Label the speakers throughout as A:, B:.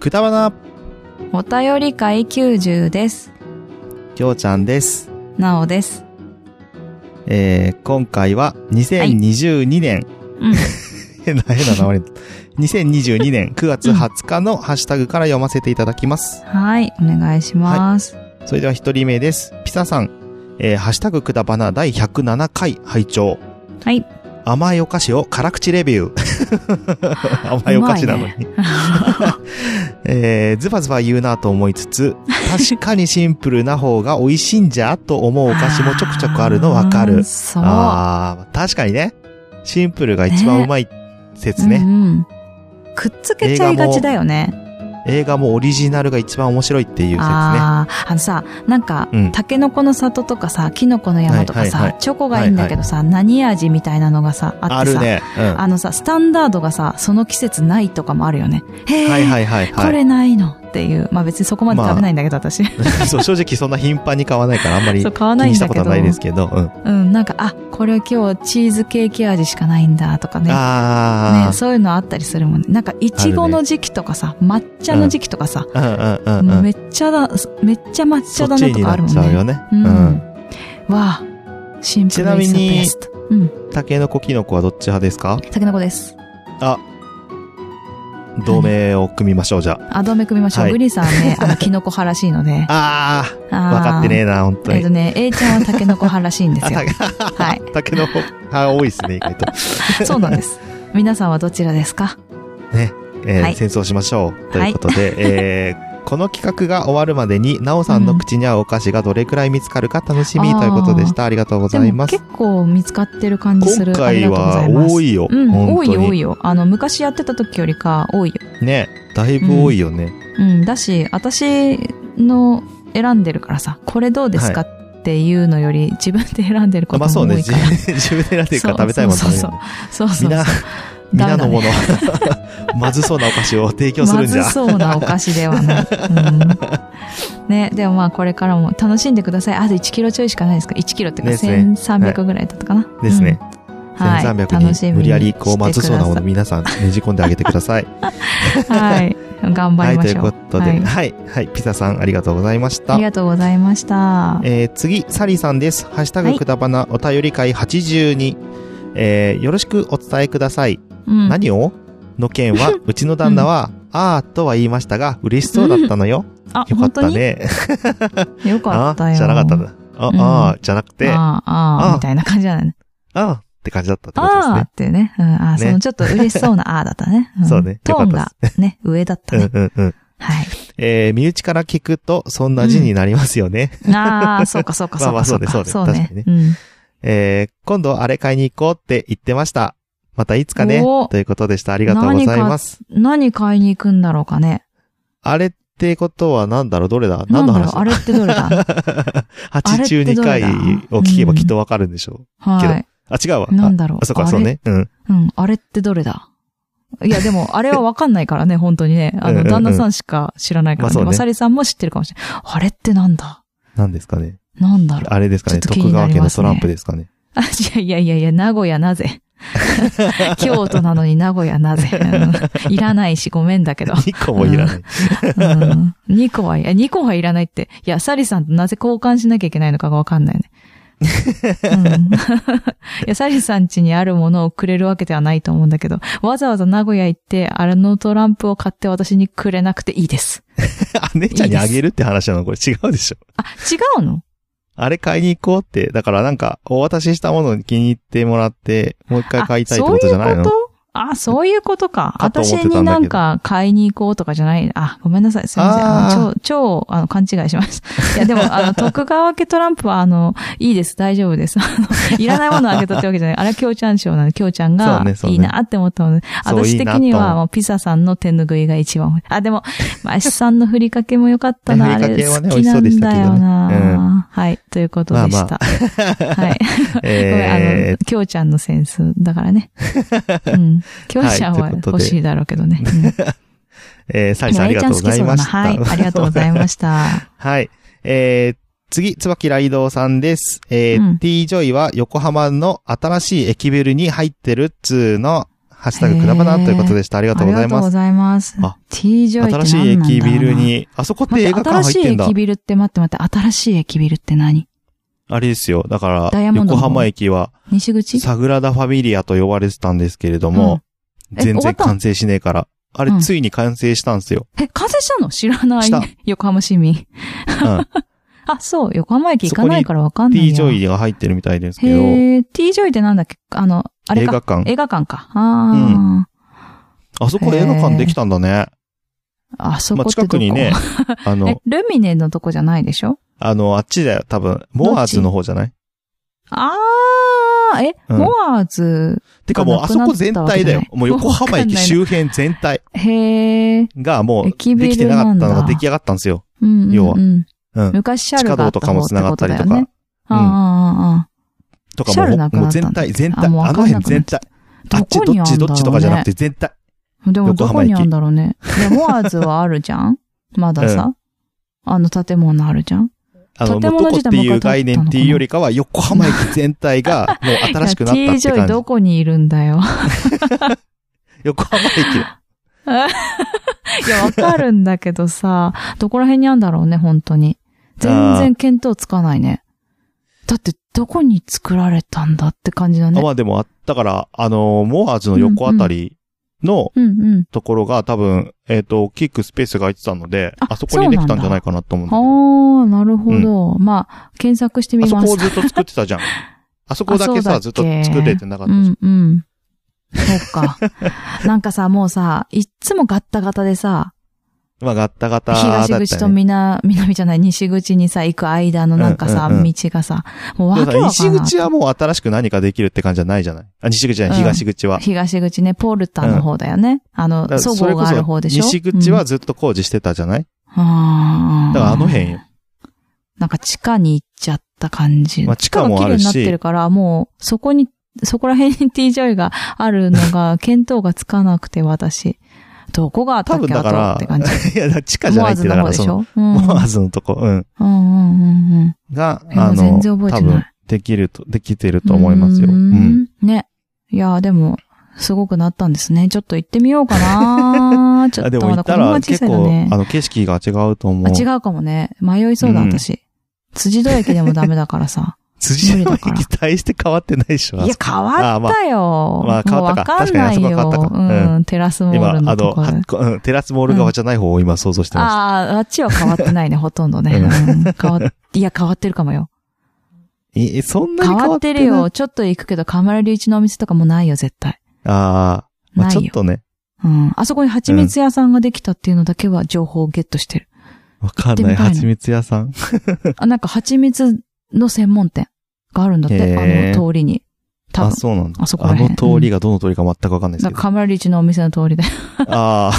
A: くたばな、
B: お便り会90です。
A: きょうちゃんです。
B: なおです。
A: えー、今回は2022年、
B: うん。
A: 変な変な名前。2022年9月20日のハッシュタグから読ませていただきます。
B: はい、お願いします。
A: それでは一人目です。ピサさん、えー、ハッシュタグくだばな第107回拝聴。
B: はい。
A: 甘いお菓子を辛口レビュー。 甘いお菓子なのに。 えー、ズバズバ言うなと思いつつ、確かにシンプルな方が美味しいんじゃと思うお菓子もちょくちょくあるのわか
B: あ
A: る
B: ー。そう。
A: ああ、確かにね。シンプルが一番うまい説
B: う
A: ね。
B: んうん。くっつけちゃいがちだよね。
A: 映画もオリジナルが一番面白いっていう説ね。
B: ああ、あのさ、なんか
A: うん、
B: タケノコの里とかさ、キノコの山とか
A: はいはい
B: さ
A: は、
B: チョコがいいんだけどさ、何味みたいなのがさ、あ
A: あ
B: っ
A: る
B: てさ、
A: ね。うん。
B: あのさ、スタンダードがさ、その季節ないとかもあるよね。へえ、
A: はいはいはい
B: こ
A: は
B: れないのっていう。まあ別にそこまで食べないんだけど、私。
A: い。 そう、正直そんな頻繁に買わないからあんまり
B: そう、買わ
A: 気
B: ない
A: に
B: ん
A: した
B: だ
A: こ
B: け
A: と
B: ど。
A: はないですけど。うん。
B: うん、なんか、あ、これ今日チーズケーキ味しかないんだとかね。
A: あ
B: ね、そういうのあったりするもんね。なんか、いちごの時期とかさ、抹茶の時期とかさ、
A: あ。うんうんうんう
B: め
A: ん。
B: っちゃだ、めっちゃ抹
A: そ
B: 茶
A: っ
B: だ
A: ち
B: なと
A: に
B: か
A: な
B: ある
A: っ
B: もん
A: ちゃうよ
B: ね。
A: ね。
B: う。
A: うんん。
B: わあ、シンプル
A: ちなみに
B: ベストうん、
A: タケノコキノコはどっち派ですか
B: タケノコです。
A: 同盟を組みましょう、じゃ
B: あ、どめ組みましょう。
A: はい
B: グリさんはね、 あの、キノコ派らしいので。
A: あ。あ
B: あ
A: あ、
B: ー
A: わかってねえな、本当
B: えっと
A: に。
B: ね、A ちゃんはタケノコ派らしいんです よ。
A: あ、
B: は
A: た、タケノコ派多いですね、意外 と。
B: い。 そうなんです。皆さんはどちらですか
A: えー
B: はい
A: 戦争しましょう。ということで、えーこの企画が終わるまでに、なおさんの口に合うお菓子がどれくらい見つかるか楽しみ
B: うん
A: ということでした。ありがとうご
B: で
A: ざい
B: も
A: ます
B: 結。構見つかってる感じする。
A: 今回は
B: ありがとうございます
A: 多いよ。
B: うん、多
A: 本
B: い
A: 当
B: よ多い
A: に。
B: よ。あの、昔やってた時よりか多いよ。
A: ね、だいぶ多いよね。
B: うん、だし、私の選んでるからさ、これどうですかっていうのより、自分で選んでること
A: まあ
B: も
A: そう
B: 多
A: ね、
B: い
A: 自
B: から。
A: 分 自分で選んでるから食べたいもの食べるよね。
B: そうそうそう。
A: 皆、 皆のもの
B: ダ、
A: まずそうなお菓子を提供するんじゃ
B: まず。そうなお菓子ではない。うん、ね、でもまあこれからも楽しんでください。あと1キロちょいしかないですか ?1 キロっていうか
A: ですね
B: 1300ぐらいだったかな。
A: ですね。
B: うん。はい。楽し
A: 1300
B: み
A: に
B: に
A: 無理やりこうまず
B: してく
A: そう
B: だ
A: な
B: さ
A: もの皆さんねじ込んであげてくだ さい。
B: いはい。頑張
A: は
B: り
A: い、
B: ま
A: とい
B: し
A: う
B: ょ
A: こ
B: う。
A: と
B: は
A: で、
B: い
A: はい、はい、ピザさんありがとうございました。
B: ありがとうございました。
A: えー次、サリーさんです。ハッシュタ
B: は
A: グ
B: い
A: くだばなお便り会82。えーよろしくお伝えください。
B: うん
A: 何をの件 は、うちの旦那は、あーとは言いましたが、嬉しそうだったのよ。
B: あ、
A: よか
B: 本
A: っ
B: 当
A: た
B: に
A: ね。
B: よか
A: あ
B: ったよ。
A: じゃなかったんだ。あ、
B: うん
A: あーじゃなくて、あ
B: ああ、あ
A: あ
B: あ、みたいな感じじゃないね。
A: ーって感じだったってことです
B: ああ
A: ね
B: っ。ていうね。うん、ああ、
A: ね
B: そのちょっと嬉しそうなああだっ たね。ん
A: そうね
B: トーンがね、上だったね。
A: うんうんうん。
B: はい。
A: えー身内から聞くと、そんな字になりますよ ね。
B: ああ、そうかそうかそ う
A: まあまあ
B: かそうか。
A: そうねそうね確。
B: ねう
A: か
B: ん。
A: えー今度あれ買いに行こうって言ってました。またいつかね
B: おー。
A: ということでした。ありがとうございます。
B: 何買いに行くんだろうかね。
A: あれってことは何だろうどれだ
B: な
A: 何
B: ん
A: の
B: だろう
A: 話だ
B: あれってどれだ
A: 八中二回を聞けばきっとわかるんでしょう。
B: は
A: あ、違うわ。
B: い。なんだろう
A: あ、そうか、
B: あれ
A: そうね。うん。
B: うん、あれってどれだいや、でも、あれはわかんないからね、本当にね。あ
A: うんう
B: の、
A: んうん
B: 旦那さんしか知らないから
A: まあそ
B: ね。
A: うね
B: まさりさんも知ってるかもしれない。あれってなんだ
A: 何ですかね。
B: なんだろう
A: あれですかね。
B: ちょっと気
A: 徳
B: にな
A: 川
B: り
A: 家の
B: ます
A: ト
B: ね
A: ランプですかね。
B: あ、いやいやいやいや、名古屋なぜ京都なのに名古屋なぜ、うんいらないしごめんだけど。
A: 2個もいらない。
B: うん、2個はいや、2個はいらないって。いや、サリさんとなぜ交換しなきゃいけないのかがわかんないね。うん、 いや、サリさん家にあるものをくれるわけではないと思うんだけど、わざわざ名古屋行って、あのトランプを買って私にくれなくていいです。
A: あ 姉ちゃんにあげるって話なのこれ違うでしょ。
B: あ、違うの
A: あれ買いに行こうって、だからなんか、お渡ししたものに気に入ってもらって、もう一回買いたいってことじゃない
B: あ
A: の
B: そういうことあ、そういうことか。
A: かと思ってたん
B: 私
A: だけど
B: になんか買いに行こうとかじゃない。あ、ごめんなさい。すいません。
A: あ
B: あ
A: ー
B: の超、超、あの、勘違いしま した。いや、でも、あの、徳川家トランプは、あの、いいです。大丈夫です。あの、いらないものをあげたってわけじゃない。あれは京ちゃん賞なの。京ちゃん
A: そう
B: が
A: ねそう
B: い
A: ね
B: いなって思ったので。
A: そう
B: 私的
A: いい
B: に
A: なと思
B: は、
A: う
B: もう、ピサさんの手拭いが一番。あ、でも、マシさんのふりかけも良かったな。あ
A: ね ふり
B: れ、
A: かけはね
B: 好きなん
A: 美味しそうでした
B: だ
A: けど
B: よ
A: ね
B: な。はい。ということでし
A: ま
B: た。はい。ごめんあ
A: え
B: の、きょうちゃんのセンスだか らね。うん。きょうちゃん
A: は
B: はい
A: ということ
B: 欲
A: で
B: しいだろう けどね。うん
A: ーえー、サリ
B: で
A: さん
B: も
A: あり
B: A
A: が
B: ち
A: と
B: ゃ
A: うんご
B: 好き
A: ざい
B: そう
A: ま
B: な。
A: した。
B: はい。ありがとうございました。
A: はい。えー、次、椿雷道さんです。えー
B: うん
A: t ジョイは横浜の新しい駅ビルに入ってるっつーの、ハッシュタグくだばなということで した。ありがとうございます。
B: ざいます
A: あ
B: T ジョイって
A: 新しい駅ビル
B: に。
A: に、あそこって
B: 待っ
A: 映
B: て、
A: 画館入
B: 新し
A: っ
B: い
A: てんだ
B: 駅。ビルって待って待って、新しい駅ビルって何
A: あれですよ。だか
B: ダイ
A: ら、
B: ヤモン
A: 横
B: ドの方
A: 浜駅は、
B: 西口
A: サグラダ・ファミリアと呼ばれてたんですけれども、
B: うんえ
A: 全
B: 終わ
A: 然
B: ったの
A: 完成しねえから。あれ
B: う、ん
A: ついに完成したんですよ。
B: え、完成したの知らない
A: した。
B: 横浜市民。
A: うん。
B: あ、そう、横浜駅行かないからわかんないや。
A: T ・ジョイが入ってるみたいですけど、映
B: へえ、T ジョイってなんだっけあの、あれ
A: 画
B: か。
A: 館。
B: 映画館か。あ
A: あそこ映画館できたんだね。
B: あ、あそ
A: ま
B: こ
A: あ、
B: って
A: 近
B: どこ
A: くに ね、あ
B: え
A: の、、
B: ルミネのとこじゃないでしょ
A: あの、あっちだよ、多分。モアーズの方じゃない
B: ああ、え、
A: うん
B: モアーズ。
A: てかもう、あそこ全体だよ
B: なくなったわけじゃない。
A: もう横浜駅周辺全体
B: へえ、
A: がもう、で
B: 駅ビ
A: きて
B: ル
A: なか
B: な
A: っ
B: ん
A: た
B: だ。
A: のが出来上がったんですよ。
B: うんうんうん
A: 要はうん。
B: 昔シャ
A: 地
B: ル
A: 下
B: があ
A: 道
B: った
A: とかも
B: 方って
A: 繋がっ
B: こ
A: た
B: と
A: りと
B: だよ
A: か。
B: ね。ああ、ああ、ああ。
A: とか
B: シャル
A: も
B: な
A: う、
B: くな
A: も
B: っ
A: う
B: たんだ
A: 全体、全体。
B: あ
A: あ
B: もうわかんなくな
A: の辺全体。あっち
B: どこ
A: ど
B: にあ
A: っ
B: んだろうね
A: ちどっちとかじゃなくて全体。
B: でも
A: 横
B: ど
A: 浜
B: こ
A: 駅
B: にあるんだろうね。でも、モアーズはある じゃんまださ。あの建物あるじゃん
A: あの、
B: 建
A: もうど
B: 物
A: こっ
B: 自体
A: ていう
B: 昔からあったのかな
A: 概念っていうよりかは、横浜駅全体 がもう新しくなった
B: い
A: っ
B: や T
A: て
B: ジョイ
A: 感
B: ど
A: じ。
B: こにいるんだよ。
A: 横浜駅。
B: いや、わかるんだけどさ、どこら辺にあるんだろうね、本当に。全然見当つかないね。だって、どこに作られたんだって感じだ
A: あ
B: ね。
A: まあでも、あだから、あの、モアーズの横あたりの
B: うんうん。
A: ところが多分、えっと、大きくスペースが空いてたので、
B: あ
A: あそこにできたんじゃないかなと思うんだけど。
B: ああ、なるほど。まあ、検索してみ
A: あ
B: ます。
A: そこをずっと作ってたじゃん。 あそこだけ
B: あ
A: さ、
B: そ
A: ずっ
B: う
A: と
B: だっけ
A: 作れてなかった
B: う
A: じゃん。
B: んうん。そうか。 なんかさ、もうさ、いっつもガッタガタでさ、
A: まあ、ガッタガタだっ
B: 東
A: たよ
B: 口と
A: ね。
B: 南、南じゃない、西口にさ、行く間のなんか
A: うん
B: さ、
A: うんうん
B: 道がさ、もうわ
A: だ
B: け
A: か
B: わ
A: ら
B: かんない。
A: 西口はもう新しく何かできるって感じじゃないじゃないあ、西口じゃない、
B: うん
A: 東口は。
B: 東口ね、ポールターの方だよね。
A: だ
B: あ
A: か
B: の、
A: ら
B: そ
A: そ
B: ご
A: れ
B: う
A: こ
B: がある
A: そ、
B: 方でしょ
A: 西口は
B: うん
A: ずっと工事してたじゃない
B: あ
A: だ
B: ー
A: からあの辺よ。
B: なんか地下に行っちゃった感じ。
A: まあ地下もあるし
B: が綺麗になってるから、もう、そこに、そこら辺に t ジョイがあるのが、見当がつかなくて、私。どこがあった
A: 多
B: っ
A: 分
B: け
A: だ
B: あ
A: か
B: とって感じ。
A: ら、 いや、だから地下じゃないって、だか
B: モアー
A: ら
B: ズ
A: その、
B: の方でしょうん。
A: モアーズのとこ、うん。
B: うんうんうんうん。
A: が、
B: いや
A: あ
B: 全
A: の、
B: 然覚え
A: 多
B: てない
A: 分、できると、できてる と思いますよ。
B: うー
A: うん。
B: んね。いやー、でも、すごくなったんですね。ちょっと行ってみようかなち ょ
A: あ
B: っ
A: で
B: と
A: も行
B: まだ
A: っ
B: 子
A: た
B: 供
A: ら
B: が小
A: 結
B: さいの
A: 構、
B: ね
A: あ。の、景色が違うと思
B: あ
A: う。
B: 違うかもね。迷いそうだ、
A: うん
B: 私。辻堂駅でもダメだか らさ。
A: 辻の
B: 無理だから
A: 駅大して変わってないでしょ。
B: いや、変わったよ。
A: あまあ変わったか
B: もうわかんな
A: 確
B: いよ。
A: かにあそこは変わったか
B: うん、テラスモ
A: 今、
B: ール
A: あ
B: のと
A: の、
B: ころ。
A: はこうんテラスモール側じゃない方を今想像してま
B: ああ、あっちは変わってな いね、ほとんどね。
A: う
B: うん変わっ、いや、変わってるかもよ。
A: す。え、そんなに
B: 変
A: 変
B: わ
A: わっ
B: って
A: て
B: る
A: ない。
B: よ。ちょっと行くけど、河村隆一のお店とかもないよ、絶対。
A: ああ、まあ
B: ない
A: ち
B: よ
A: ょっとね、
B: うん。あそこに蜂蜜屋さんができたっていうのだけは情報をゲットしてる。
A: わかん
B: 行って
A: ない。
B: みたいな
A: 蜂蜜屋さん。
B: あ、なんか蜂蜜の専門店があるんだっ
A: へ
B: て、
A: ー
B: あの通りに。多
A: あ、
B: 分。
A: そうなんだ。
B: あそこら
A: あの
B: 辺
A: 通りがどの通りか全くわかんないです
B: だ
A: け
B: から
A: ど。
B: 河村隆一のお店の通りで。
A: あ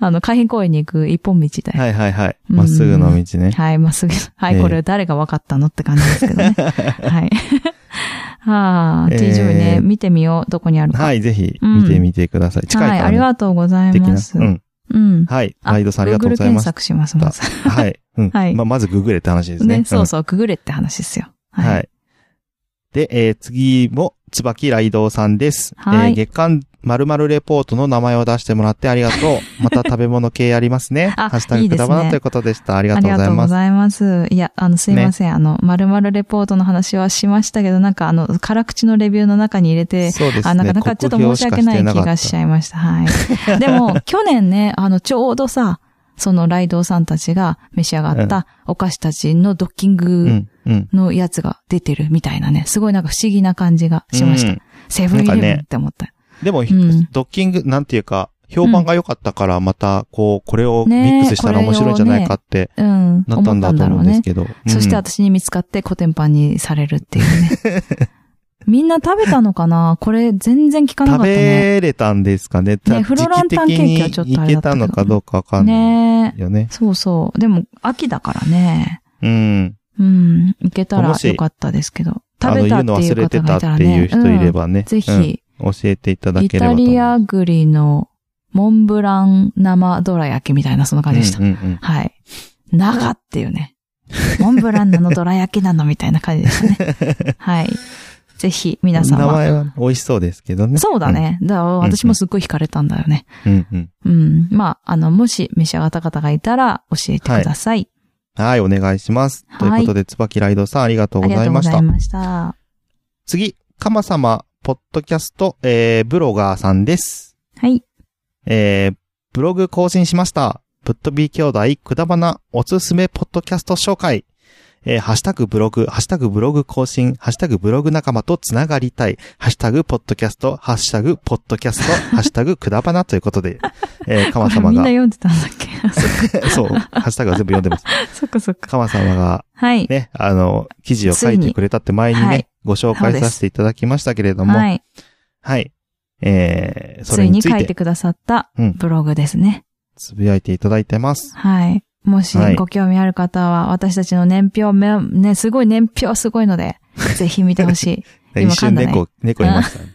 B: あの、海浜公園に行く一本道だ
A: あ、
B: よ。
A: はいはいはい。
B: うん
A: まっすぐの道ね。
B: はい、まっすぐ。は
A: え
B: い、
A: え
B: これ誰が分かったのって感じですけど ね。はい。 はあ、
A: ええ
B: T ジョイね、見てみよう。どこにあるか。。
A: はいい、ぜひ見てみてください。近いか
B: は
A: ら
B: い、
A: ね。
B: ありがとうござい
A: 的な
B: ます。
A: う
B: うん。
A: ん。はい。ライドさんありがとうござい
B: Google
A: ま
B: 検
A: す。
B: 索します、まず。
A: はい。うん。
B: はい
A: まあ、まずググれって話ですね。
B: ね、そううんそう、ググれって話ですよ。
A: は。い。で、えー次も、椿雷道さんです。
B: はい
A: えー月間〇〇レポートの名前を出してもらってありが とう。また食べ物系ありますね。ハ
B: あ
A: ッシュタ
B: い
A: グ
B: い
A: く
B: です
A: だ
B: ね
A: ばなということでした。ありが
B: あ
A: と
B: り
A: うご
B: が
A: ざい
B: とうご
A: ます。
B: ざいます。いや、あの、すいません。あの、〇〇レポートの話はしましたけど、なんかあの、辛口のレビューの中に入れて、
A: そうですね。
B: あ、なんか、なんかちょっと申し訳ない気がしち
A: ゃ
B: ゃいまし た。はい。でも、去年ね、あの、ちょうどさ、そのライドウさんたちが召し上がったお菓子たちのドッキン
A: う
B: グ
A: ん、うん。
B: のやつが出てるみたいなね、すごいなんか不思議な感じがしました。
A: うん
B: セブンイレ
A: なんか
B: ブン
A: ね
B: って思った。
A: でも、
B: ん
A: ドッキング、なんていうか、評判が良かったから、また、こう、これをミ
B: ねえ
A: ックスしたら面白いんじゃないかって
B: うん。
A: なったんだと思うんですけど。うん
B: そして私に見つかってコテンパンにされるっていうね。 みんな食べたのかなこれ全然聞かなかっ
A: 食
B: たね。
A: べれたんですかね。た
B: ねフロランタンケーキはちょっと
A: 時期的
B: あれだったけど
A: にいけたのかどうかわかんない
B: ねえ。
A: よね。
B: そうそう。でも秋だからね。
A: うん。
B: うん。いけたら
A: もし
B: よかったですけど。
A: あ
B: 食
A: の、
B: べ
A: 言う
B: たって
A: の
B: いう
A: 忘れて
B: 方
A: た
B: がい
A: った
B: ら
A: てい
B: ね
A: う。人いれ
B: ば、
A: ばね。
B: ぜ
A: うん
B: ひ、
A: 教えていただ
B: イ
A: ければ
B: タ
A: と思います。
B: リア栗のモンブラン生どら焼きみたいなそんな感じでした。
A: うんうんうん
B: はい。長 っていうね。モンブランなのどら焼きなのみたいな感じでしたね。はい。ぜひ、皆さん
A: 名
B: は。
A: 前はね美味しそうですけどね。
B: そうだね。だから私もすっごい惹かれたんだよね。
A: うんうん。
B: うん。まあ、あの、もし召し上がった方がいたら教えてください。
A: はい、お願いします。
B: はい
A: ということで、椿ライドさんありがとうご
B: ありが
A: ざい
B: と
A: うま
B: ご
A: し
B: ざ
A: た
B: い。ました。
A: 次、かまさま、ポッドキャスト、えー、ブロガーさんです。
B: はい。
A: えー、ブログ更新しました。ぶっ飛び兄弟、くだばな、おすすめポッドキャスト紹介。えー、ハッシュタグブログ、ハッシュタグブログ更新、ハッシュタグブログ仲間とつながりたい、ハッシュタグポッドキャスト、ハッシュタグポッドキャ スト、ハッシュタグくだばなということで、えー、かま
B: こ
A: さ
B: れ
A: ま
B: みんな
A: が、
B: 読んでたんだっけ あそ
A: そう、
B: っ
A: ハッシュタグは全部読んでます。
B: かそっかそっか。
A: かまさまが、
B: はい。
A: ね、あの、記事を書いてくれたって前にね、
B: ついにはい
A: ご紹介させていただきましたけれども、は。
B: はいい。
A: えー、そ
B: つ
A: れ
B: い
A: に
B: に
A: つい
B: 書い
A: て
B: てくださった
A: うん
B: ブログですね。
A: つぶやいていただいてます。
B: はい。もし
A: はい
B: ご興味ある方は、私たちの年表め、ね、すごい年表すごいので、 ぜひ見てほしい。
A: で
B: 今
A: 一瞬
B: 噛んだね
A: 猫、猫いました、ね。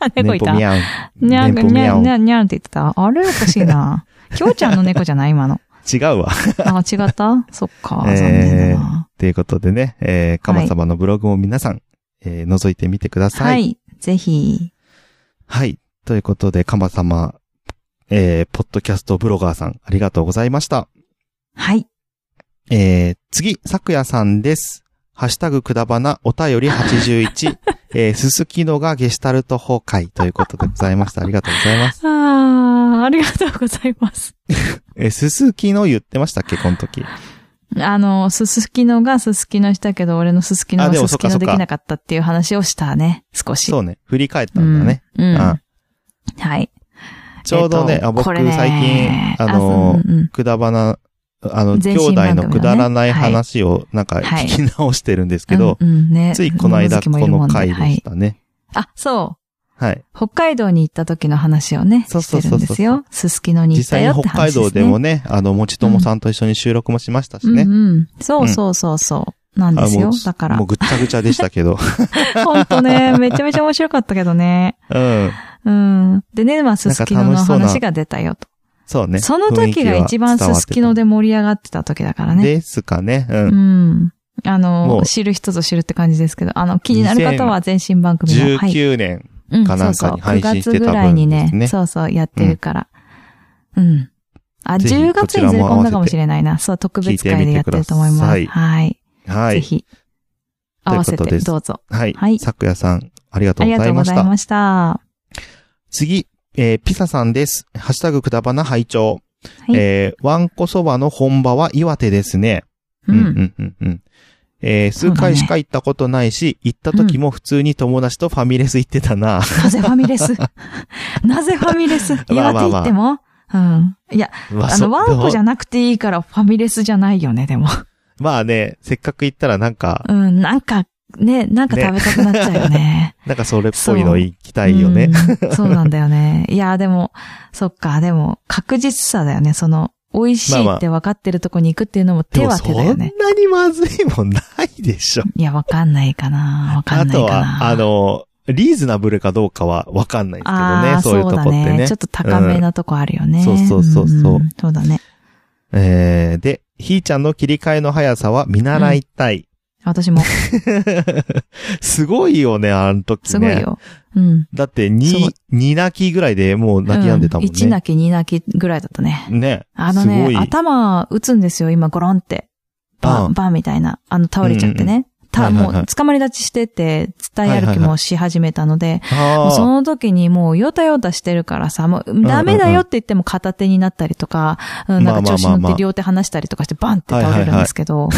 B: あ、 猫い
A: 猫
B: た。
A: ミ
B: に
A: ャン。
B: ゃん、
A: 猫ミ
B: にゃ
A: ャ
B: ん、
A: ン
B: に。ゃん、にゃんって言ってた。あれおかしい な。きょうちゃんの猫じゃない今の。
A: 違うわ。
B: あ、違ったそっか。
A: えー
B: 残念だな。
A: ということでね、えー、かまさまのブログも皆さん、えー、覗いてみてください。
B: は
A: はい。
B: い。ぜひ。
A: ということで、かまさま、えー、ポッドキャストブロガーさん、ありがとうございました。
B: はい。
A: えー、次、さくやさんです。ハッシュタグくだばな、お便り81、え ー、すすきのがゲシュタルト崩壊ということでございました。ありがとうございます。
B: あー、ありがとうございます。
A: えー、すすきの言ってましたっけ、この時。
B: あの、すすきのがすすきのしたけど、俺のすすきの
A: あ
B: が
A: でも
B: す
A: そ
B: す
A: っか
B: き
A: そ
B: の
A: っか
B: できなかったっていう話をしたね。少し。
A: そうね、振り返った
B: うん
A: だね。
B: ん。うん。
A: あ
B: はい。
A: ちょうどね、
B: えっと
A: あ僕
B: こ
A: 最
B: れね
A: 近、あの、
B: そううんうん
A: くだばな、あの、兄
B: 前身番組のね
A: 弟のくだらない
B: はい
A: 話をなんか
B: はい
A: 聞き直してるんですけど、
B: うんうんね、
A: ついこの間
B: 物好き
A: こ
B: もいるも
A: の
B: ん
A: 回で
B: は
A: し
B: い。
A: たね。
B: あ、そう。
A: はい。
B: 北海道に行った時の話をね、
A: そう
B: し
A: そう
B: て
A: そう
B: る
A: そうん
B: ですよ。すすきのに
A: 実
B: 行った
A: 際
B: よ
A: に
B: って
A: 北海
B: 話です、
A: 道
B: ね。
A: でもね、あの、もちともさんと一緒に収録もしましたしね。
B: うんうん。そうそうそうそう。なん
A: あ
B: です
A: も
B: よ
A: う。
B: だから
A: もう。ぐっちゃぐちゃでしたけど。
B: 本当ね、めちゃめちゃ面白かったけどね。
A: うん。
B: うん。でね、まあ、すすきのの
A: なんか楽しそう
B: 話
A: な
B: が出たよと。
A: そうね。
B: その時が一番すすきの
A: で
B: で盛り上がってた時だからね。
A: ですかね。う。
B: うんん。あ
A: も
B: の、
A: う
B: 知る人ぞ知るって感じですけど、あの、気になる方は全身番組の、はい。
A: 19年。
B: うん
A: かなんかに配信してた分ですね
B: そうそう9月ぐらいにね、そうそう、やってるから。うん。あ、
A: ぜひ
B: 10月にずれ込んだかもしれないな。そう、特別会でやってると思いま
A: 聞いてみて
B: す。
A: く
B: はい。
A: は
B: ぜ
A: い。
B: ひ。合わ
A: と
B: せ
A: いうことで
B: て、
A: す
B: どうぞ。
A: はい。
B: はい
A: さくやさん、ありがと
B: あ
A: う
B: り
A: ご
B: が
A: ざい
B: と
A: う
B: ご
A: まし
B: ざい
A: た。
B: ました。
A: 次、えーピサさんです。ハッシュタグくだばな拝聴。
B: はい
A: えー、わんこそばの本場は岩手ですね。
B: う。
A: うんうんんうんうん。えー数回しか行ったことないし、行った時も普通に友達とファミレス行ってたな。
B: なぜファミレ スなぜファミレス
A: まあ
B: 岩
A: まあま
B: 手行
A: あ
B: ってもうん。いや、
A: ま
B: あ
A: そ
B: の、ワンコじ
A: でも
B: ゃなくていいからファミレスじゃないよね、でも。
A: まあね、せっかく行ったらなんか、
B: うん、なんか、ね、なんか食べたくなっちゃうよ ね。
A: なんかそれっぽいの行きたいよね。
B: うん。そうなんだよね。いや、でも、そっか、でも、確実さだよね。その、美味しいって分かってるとこに行くっていうのも手
A: でも
B: は
A: そ
B: 手
A: ん
B: だ
A: な
B: よね。
A: にまずいもんないでしょ。
B: いや、分かんないかな。分か
A: あ
B: んない
A: と
B: か
A: は、
B: な。
A: あの、リーズナブルかどうかはわかんないですけどね
B: あ、ー
A: そういうとこって
B: そうだ
A: ね
B: ちょ。っと高めなとこあるよね。
A: うんそうそうそうそうん
B: そうだね。
A: えー、で、ひーちゃんの切り替えの速さは見習いたい。
B: 私も、
A: すごいよね、あの時ね。
B: すごいよ。うん。
A: だって、
B: すご
A: 2
B: い、
A: 2泣きぐらいでもう泣き止んでたもんね。
B: 1泣き、2泣きぐらいだったね。
A: ね。
B: あの
A: すご
B: ね
A: い、
B: 頭打つんですよ、今、ゴロンって。
A: ああ
B: バン、バンみたいな。あの、倒れちゃってね。た、
A: はいはいはい
B: もう、捕まり立ちしてて、伝え歩きもし始めたので、も
A: あ
B: う
A: ー
B: その時にもう、ヨタヨタしてるからさ、もう、ダメだよって言っても片手になったりとか、うんなんか調子乗って両手離したりとかして、バンって倒れるんですけど、も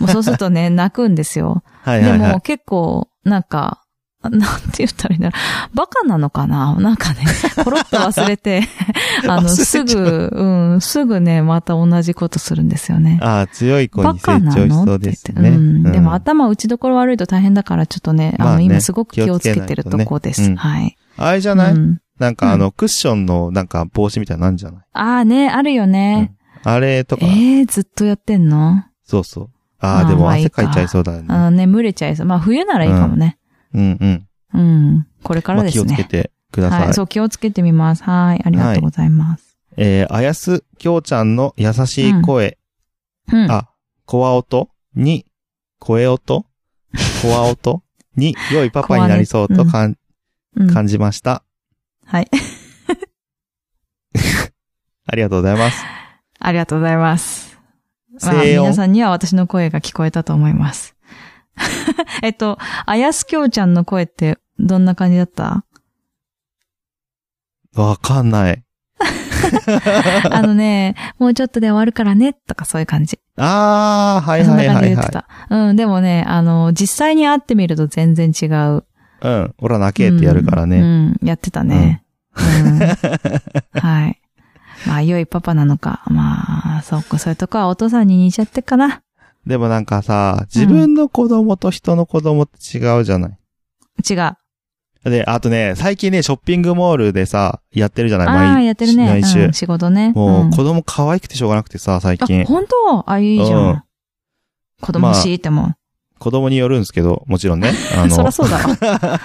B: うそうするとね、泣くんですよ。
A: はい
B: で
A: はいは
B: も、
A: い。
B: 結構、なんか、なんて言ったらいいんだろう。バカなのかななんかね、ポロッと忘れて、あ の、
A: 忘れちゃ
B: す
A: う
B: ぐ、うん、すぐね、また同じことするんですよね。
A: ああ、強い子
B: バ
A: に成
B: カな
A: 長しそ
B: の
A: う
B: って言
A: で
B: っ
A: す
B: て。
A: ね。
B: うん。でも
A: あ
B: 頭打ちどころ悪いと大変だから、ちょっとね、
A: まあ
B: あの、
A: ね
B: 今すごく気をつけ
A: 気をつけな
B: て
A: い
B: る
A: と
B: と
A: ね
B: こで
A: う
B: す。
A: ん
B: はい。
A: あれじゃ
B: う
A: ない
B: ん
A: なんかあの、クッションのなんか帽子みたいなのあんじゃない
B: ああね、あるよね。
A: あれとか、
B: ええ、ずっとやってんの
A: そうそう。あ
B: ま
A: あ、
B: あ
A: でも
B: まあい
A: 汗
B: いか
A: かいちゃいそうだよ
B: あ
A: ね。
B: のね、蒸れちゃいそう。まあ、冬ならいいかもね。
A: うんうん。
B: うん。これか
A: ま
B: ら
A: あ
B: で
A: 気
B: す
A: をつけ
B: ね。
A: てくだ
B: は
A: さ
B: い。
A: い。
B: そう、気をつけてみます。はい。ありがとうございます。
A: えー、あやすきょうちゃんの優しい声、
B: うん。
A: あ、こわ音に、声音こわ音に良いパパになりそう とかん
B: うん。
A: 感じました。
B: はい。
A: ありがとうございます。
B: ありがとうございます。まあ、
A: 静
B: 皆
A: 音。
B: さんには私の声が聞こえたと思います。 えっと、あやすきょうちゃんの声ってどんな感じだ った
A: わかんない。
B: あのね、もうちょっとで終わるからね、とかそういう感じ。
A: あー、はい
B: そん
A: は
B: ない感じ
A: は
B: で
A: い
B: 言っ
A: は
B: てた。うん、でもね、あの、実際に会ってみると全然違う。
A: い。うん。俺ら泣けってやるから
B: う
A: ね。
B: ん、うんやってたね。うん。はい。まあ、良いパパなのか。まあ、そうか、そういうとこはお父さんに似ちゃってっかな。
A: でもなんかさ、自分の子供と人の子供って違うじゃない。
B: 違う。
A: で、あとね、最近ね、ショッピングモールでさ、やってるじゃない
B: ああ、
A: 毎
B: やってるね。
A: 毎週
B: うん仕事ね。
A: も
B: ん
A: う、子供可愛くてしょうがなくてさ、最
B: あ、
A: 近。
B: 本当あ、いいじゃ
A: うん
B: ん。子供欲しいってもん。
A: 子供によるんですけど、もちろんね。あ
B: そ
A: の
B: ら、そうだわ。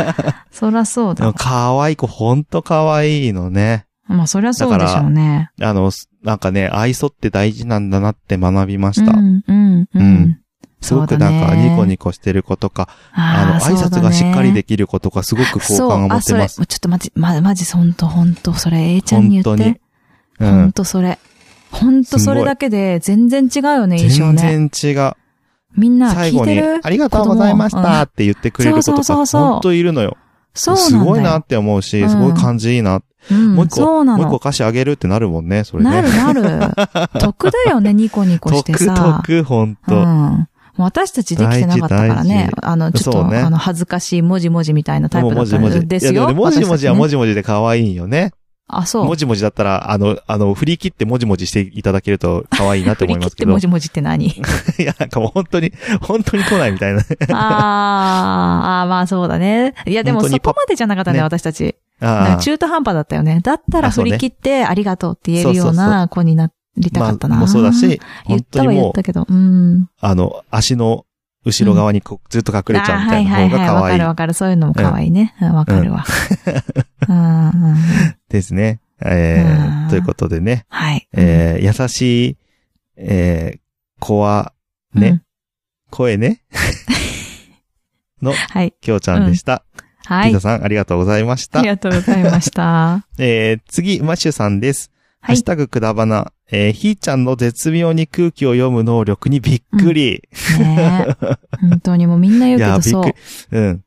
B: そらそう
A: で
B: だ
A: も
B: わ。
A: 可愛い子、ほんと可愛いのね。
B: まあ、そりゃそうでしょうね。
A: あの、すなんかね、愛想って大事なんだなって学びました。
B: うん、うん、う
A: うんん。すごくなんか、ニコニコしてる子とか、あの、
B: ー
A: 挨拶がしっかりで
B: き
A: きる子とか、すごく好感を持ってま
B: そ
A: す
B: う、あ、それ、。ちょっとマジ、ま、マジ、ほんと、ほんと、それ、A ちゃんに言
A: 本
B: っ
A: 当に
B: て。
A: う
B: ほん
A: ん。
B: と、それ。ほんと、それだけで、全然違うよね、印象
A: 全
B: ね。
A: 然違う。
B: みんな、
A: 最
B: 聞い
A: 後
B: て
A: に、
B: る
A: ありがとうございまし
B: 子供
A: たって言ってくれる子
B: そ
A: と
B: うそうそ
A: か、
B: うそう
A: ほんといるのよ。
B: そうなんだ
A: す
B: よ。
A: ごいなって思うし、
B: うん
A: すごい感じいいな。
B: うん
A: もう一個、
B: そうな
A: もう一個
B: の。
A: 歌詞あげるってなるもんね、それね。
B: なるな る。得だよね、ニコニコして
A: 得
B: さ。
A: 得、ほん
B: う
A: と。
B: ん。もう私たちできてなかったからね
A: 大事。
B: あの、ちょっ
A: そ
B: と、
A: うね
B: あの、恥ずかしい、もじもじみたいなタイ
A: もう文
B: プだっ
A: 字
B: た
A: 文字。
B: んで
A: いや
B: すよ。
A: もね文字文字は文
B: 字。
A: 字文字で可愛いよね。
B: あ、そう
A: 文。字文字だったら、あの、あの、振り切って文字文字していただけると可愛いなって
B: 振
A: 思い
B: り切
A: ま
B: っ
A: すけ
B: て
A: ど。
B: もじもじって何
A: いや、なんかもう本当に、本当に来ないみたいな。
B: あーあー、まあそうだね。いや、でも
A: 本当
B: そ
A: にパ
B: こまでじゃなかったね、
A: ね
B: 私たち。なん
A: あ
B: か
A: あ。
B: 中途半端だったよね。だったら
A: あそ
B: 振
A: うね
B: り切って、ありがとうって言え
A: そう
B: る
A: そう
B: よ
A: そう
B: うな子になりたかったな。
A: もうそうだし、
B: 言
A: 本
B: っ
A: 当
B: たは
A: に
B: 言
A: も
B: っ
A: う、
B: たけど、うん。
A: あの、足の後ろ側にこうずっと隠れちゃうみたいな
B: あ
A: 方
B: ー
A: が
B: わ
A: 可
B: か
A: 愛い
B: るわかる。そういうのも可愛いね。うんわかるわ。うんうんうん
A: ですね。え
B: うん
A: ー、ということでね。
B: はい。
A: えー優しい、えー、子は、ね、
B: うん
A: 声 ね。の、
B: はい。
A: きょうちゃんでした。
B: は
A: ピ
B: い
A: ザ。さん、ありがとうございまし
B: あ
A: た
B: り。がとうございました。
A: えー、次、マッシュさんです。
B: は
A: ハ
B: い
A: ッシュタグくだばな。えー、ひーちゃんの絶妙に空気を読む能力にびっくり。
B: ねえ。本当にもうみんな言
A: い
B: うけ
A: や
B: ど
A: ー、
B: そう。
A: びっくり。うん。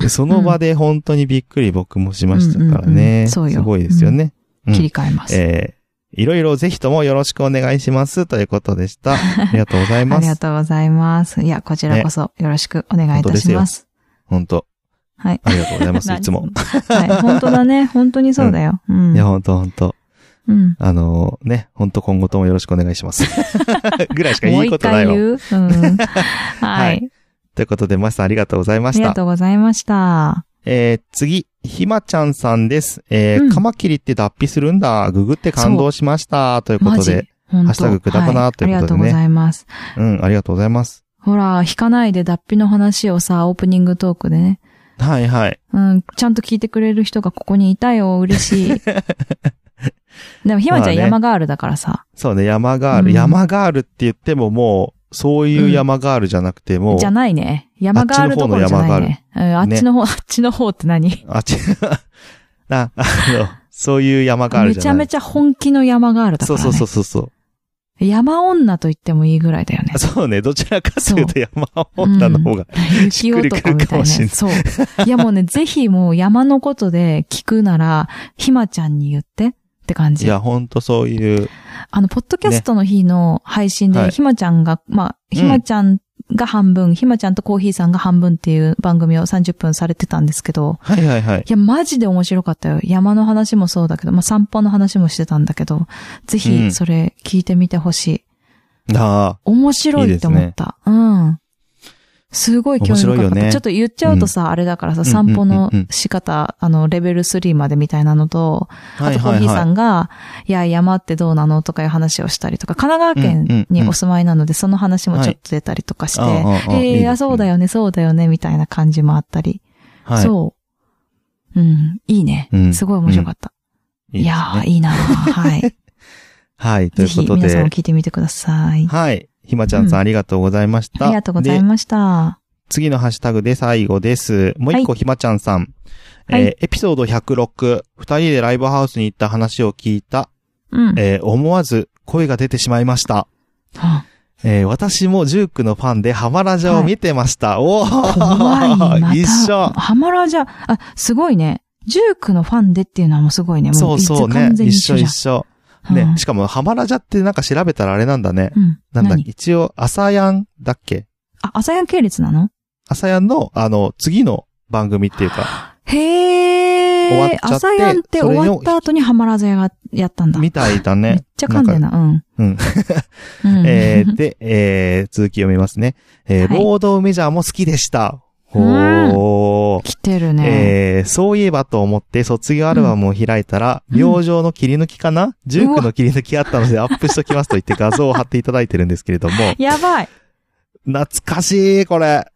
A: でその場で本当にびっくり僕もしましたから
B: うんうんう
A: ね。
B: んそうよ
A: すごいですよね。うん
B: 切り替えます。
A: えー、いろいろぜひともよろしくお願いします。ということで した。ありがとうござい
B: あ
A: ま
B: りが
A: す。
B: とうございます。いや、こちらこそよろしくお願いいたします。
A: 本当
B: はい。
A: ありがとうございます、いつも。。
B: はい。本当だね。本当にそうだよ。うん。
A: いや、ほんとほんと。
B: うん。
A: あのーね、ほんと今後ともよろしくお願いし ます。ぐらいしか
B: もう
A: いいこ
B: 一
A: とな
B: 回
A: いわ。
B: 言う うん。はい。
A: ということで、マスさんありがとうございま
B: あ
A: し
B: りが
A: た。
B: とうございました。
A: えー、次、ひまちゃんさんです。えー
B: うん
A: カマキリって脱皮するんだ。ググって感動しました。というこ
B: マ
A: と
B: ジ
A: で。。
B: 本当
A: ハッシュタグくだばな
B: はい
A: という
B: あり
A: こと
B: がと
A: で
B: う
A: ね
B: ございます。
A: うん、ありがとうございます。
B: ほら、引かないで脱皮の話をさ、オープニングトークでね。
A: はいはい。
B: うん、ちゃんと聞いてくれる人がここにいたよ、嬉し い。でも、ひま
A: ま
B: ち
A: あ
B: ゃ
A: ね
B: ん山ガールだからさ、
A: そうね、山ガール。
B: うん
A: 山ガールって言ってももう、そういう山ガールじゃなくて、もう、
B: じゃないね。山ガールところじゃないね。うんあっちの方、あっちの方って何
A: あ、違う。 あ、あの、そういう山ガール
B: め
A: じ
B: ち
A: ゃ
B: ゃ
A: ない。
B: めちゃ本気の山ガールだか
A: そう
B: らね。
A: そうそうそうそう。
B: 山女と言ってもいいぐらいだよね
A: あ。そうね、どちらかというと山女の方が。
B: うん
A: し
B: 雪
A: っくりく
B: 男
A: る
B: み
A: か
B: たい
A: も
B: な。
A: しれない
B: そう。いやもうね、ぜひもう山のことで聞くなら、ひまちゃんに言ってって感
A: い
B: じ。
A: や、ほんとそういう、
B: あの、ポッドキャストの日の配信
A: ねは
B: で、
A: い
B: ひまちゃんが、まあ、
A: うん
B: ひまちゃんが半分、ひまちゃんとコーヒーさんが半分っていう番組を30分されてたんですけど、
A: はいはいはい。
B: いや、マジで面白かったよ。山の話もそうだけど、まあ、散歩の話もしてたんだけど、
A: う
B: ぜひ、
A: ん
B: それ聞いてみてほしい。
A: ああ、
B: 面白いって思った。うん。すごい興味深か
A: 面白
B: っ
A: い
B: た。
A: よね
B: ちょっと言っちゃうとさ、あれだからさ、
A: うんうんうんうん
B: 散歩の仕方、あの、レベル3までみたいなのと、
A: は
B: あ
A: い
B: とコ
A: は
B: ー
A: い
B: ヒーさ
A: はい。
B: んが、いや、山ってどうなのとかいう話をしたりとか、神奈川県
A: うんうん
B: に
A: うん
B: お住まいなので、その話もちょっと出たりとかして、
A: はいああああいい
B: え
A: です
B: ー、
A: ね
B: あ、そうだよね、そうだよね、みたいな感じもあったり。
A: はい。
B: そう。うん、いいね
A: う。ん
B: すごい面白かった。
A: い
B: い
A: ですね
B: やー、いいなー はい。
A: はい、と
B: ぜ
A: いうこ
B: ひ、
A: と
B: 皆さんも
A: で。
B: 聞いてみてください。
A: はい。ひまちゃんさん、
B: うん
A: ありがとうございました。
B: ありがとうござい
A: で
B: ました。
A: 次のハッシュタグで最後です。もう一個、ひまちゃんさん。
B: はい
A: えーエピソード106、二人でライブハウスに行った話を聞いた、
B: うん。
A: えー思わず声が出てしまいました。
B: は
A: えー私もジュークのファンでハマラジャを見てました。
B: 怖い。
A: おお、
B: また。
A: 一緒。
B: ハマラじゃ、あ、すごいね。ジュークのファンでっていうのはもうすごいね。も
A: そうそう
B: い
A: ね
B: つ完。全に
A: 一
B: 一
A: 緒
B: 緒じゃ
A: 一
B: ん。
A: 緒。
B: う
A: ね
B: ん。
A: しかも、ハマラジャってなんか調べたらあれなんだね。
B: うん。
A: なんだっけ
B: 何
A: 一応、アサヤンだっけ
B: あ、朝焼系列なの
A: アサヤンの、あの、次の番組っていうか、
B: へ
A: 終わっちゃ。
B: ー
A: って
B: 朝やんって終わった後にハマらずやが、やったんだ。
A: みたいだ
B: めっ
A: ね。
B: ちゃ噛んでんな。うん。
A: うん。
B: う ん
A: えー、で、えー、続き読みますね。えー、
B: はい
A: ロードメジャーも好きでした。
B: うん
A: ほー。
B: 来てるね。
A: えー、そういえばと思って卒業アルバムを開いたら、
B: うん
A: 明星の切り抜きかなジュークの切り抜きあったのでアップしときますと言って画像を貼っていただいてるんですけれども、
B: やばい。
A: 懐かしい、これ。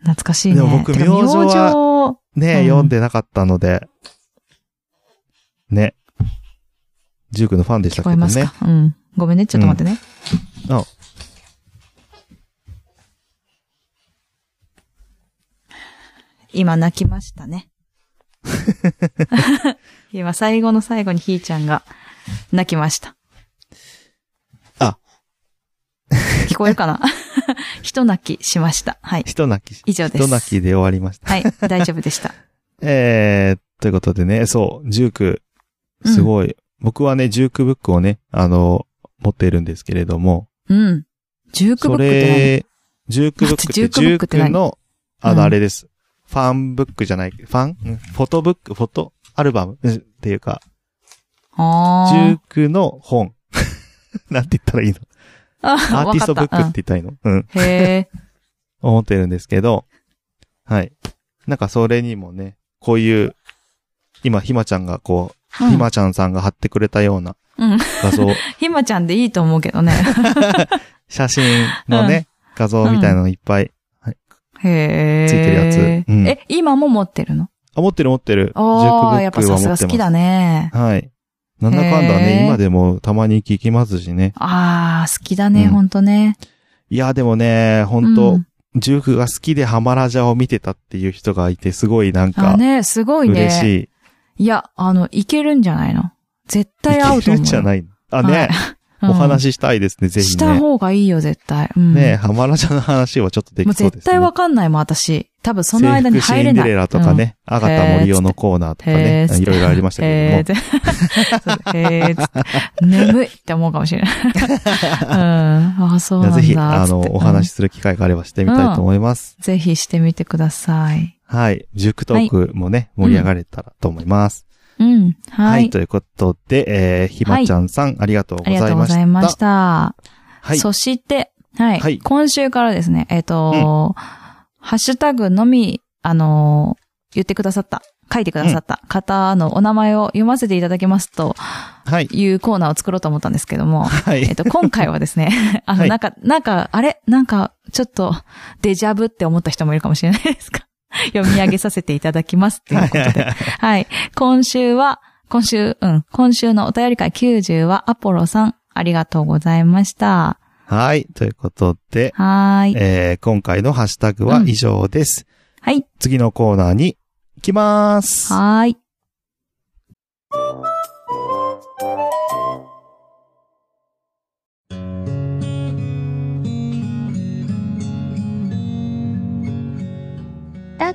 B: 懐かしいね。
A: でも僕
B: てか
A: 明星は
B: 明星
A: ね、
B: うん
A: 読んでなかったので、ね。ジュークのファンでした
B: 聞
A: け
B: こ
A: ど
B: えます
A: ね。
B: かうん。ごめんね。ちょっと待ってね。
A: あ
B: 今泣きまし たね。今最後の最後にひーちゃんが泣きました。
A: あ。
B: 聞こえ るかな人泣きしました。はい。
A: 人泣き、
B: 以上です。
A: 人泣きで終わりました。
B: はい。大丈夫 でした。
A: えー、ということでね、そう、ジューク、
B: うん
A: すごい。僕はね、ジュークブックをね、あの、持っているんですけれども、
B: うん。ジュークブ
A: そ
B: ックって
A: れ、ジュークブックって、
B: 待
A: ジ
B: ってジュークブ
A: ュ
B: ッ
A: ー
B: ク
A: ク
B: って何
A: の、
B: う
A: あ
B: ん
A: の、あれです。ファンブックじゃない、ファンうんフォトブック、フォトアルバムうんっていうか、
B: 何あ
A: ジュ
B: ー
A: ークの本。 なんて言ったらいいの
B: あ。
A: アーティストブ
B: わ
A: ッ
B: か
A: ク
B: った
A: って言ったらいいのうん。
B: うんへ
A: 思ってるんですけど、はい。なんかそれにもね、こういう、今、ひまちゃんがこう、
B: うん
A: ひまちゃんさんが貼ってくれたような
B: え。うん。
A: 画 像、
B: ひまちゃんでいいと思うけどね。
A: 写真のね、画像みたいなのいっぱい。
B: へえ。
A: ついてるやつうん
B: え、今も持ってるの
A: あ、持ってる持ってる。ジュー
B: あ
A: ク
B: あ、
A: ブ
B: や
A: ッ
B: っぱ
A: ク
B: さ
A: は
B: す
A: 持
B: が
A: って
B: 好
A: ま
B: き
A: す。
B: だね。
A: はい。なんだかんだ
B: へ
A: ね、
B: ー
A: 今でもたまに聞きますしね。
B: ああ、好きだね、
A: うん
B: ほんとね。
A: いや、でもね、本
B: う
A: 当
B: ん
A: ジュークが好きでハマラジャを見てたっていう人がいて、すごいなん
B: あ
A: か、
B: ね、すごいね。
A: 嬉しい。
B: いや、あの、いけるんじゃないの絶対合う
A: い
B: と
A: ける
B: 思うよ。
A: んじゃないのあ、
B: はい
A: ね、
B: うん
A: お話ししたいですね、ぜひね。
B: した方がいいよ、絶対。うん
A: ねえ、ハマラジャの話はちょっとで
B: もう
A: きそうですね。
B: 絶対わかんないもん、私。多分その間に入れ
A: 制服シン
B: ない。
A: デレラとかね、アガタ森雄のコーナーとか
B: へ
A: ね
B: ーつっ、て
A: いろいろありました
B: へー
A: け
B: って。へーっつって眠いって思うかもしれない。 うん。あ、そ
A: ど
B: う
A: も
B: ないん
A: や。
B: だ。
A: ぜひ、あ
B: つっ
A: の
B: て、
A: お話し。する機会があればしてみたいと思います。
B: うんぜひしてみてください。
A: はい。塾トークもね、
B: い
A: 盛り上がれたらと思います。
B: うん。は
A: はいい。。ということで、えー、ひまちゃんさん、ありがとうご
B: あ
A: ざい
B: り
A: ました。
B: がとうございました。
A: はい。
B: そして、はい。
A: はい
B: 今週からですね、えっ、と、ハッシュタグのみ、あのー言ってくださった、書いてくださった方のお名前を読ませていただきますと
A: はい。
B: いうコーナーを作ろうと思ったんですけども、
A: は
B: えっ
A: い。
B: と、今回はです ね、あ
A: は
B: の、
A: い
B: なんか、なんか、あれなんか、ちょっと、デジャブって思った人もいるかもしれないですか 読み上げさせていただきますっていうことで。はい。今週は、今週、うん、今週のお便り会90は、アポロさん、ありがとうございました。
A: はい。ということで、
B: はーい。
A: えー、今回のハッシュタグは以上です。
B: はい。
A: 次のコーナーに行きまーす。
B: はーい。
C: 北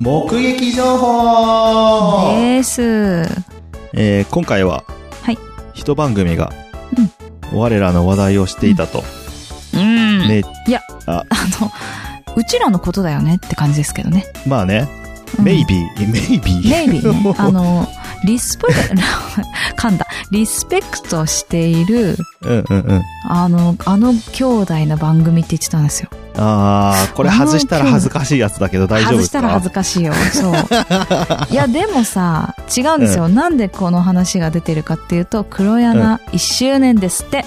A: 目撃情報
B: です。
A: えー今回は、
B: はい
A: 一番組が、
B: うん
A: 我らの話題をしていたと、
B: うん。
A: ね
B: いや、
A: あ
B: あの、うちらのことだよねって感じですけどね。
A: まあね、
B: うん
A: メイビーメイビー
B: ネ イビー
A: も
B: ね
A: う。
B: あの、リスペ、 噛んだ。リスペクトしている、
A: うんうんうん
B: あの、あの兄弟の番組って言ってたんですよ。
A: あー、これ外したら恥ずかしいやつだけど大丈夫
B: 外
A: で
B: し
A: すか
B: たら恥ずかしいよ。 そう。いや、でもさ、違うんですよ。なんでこの話が出てるかっていうと、黒柳1周年ですって。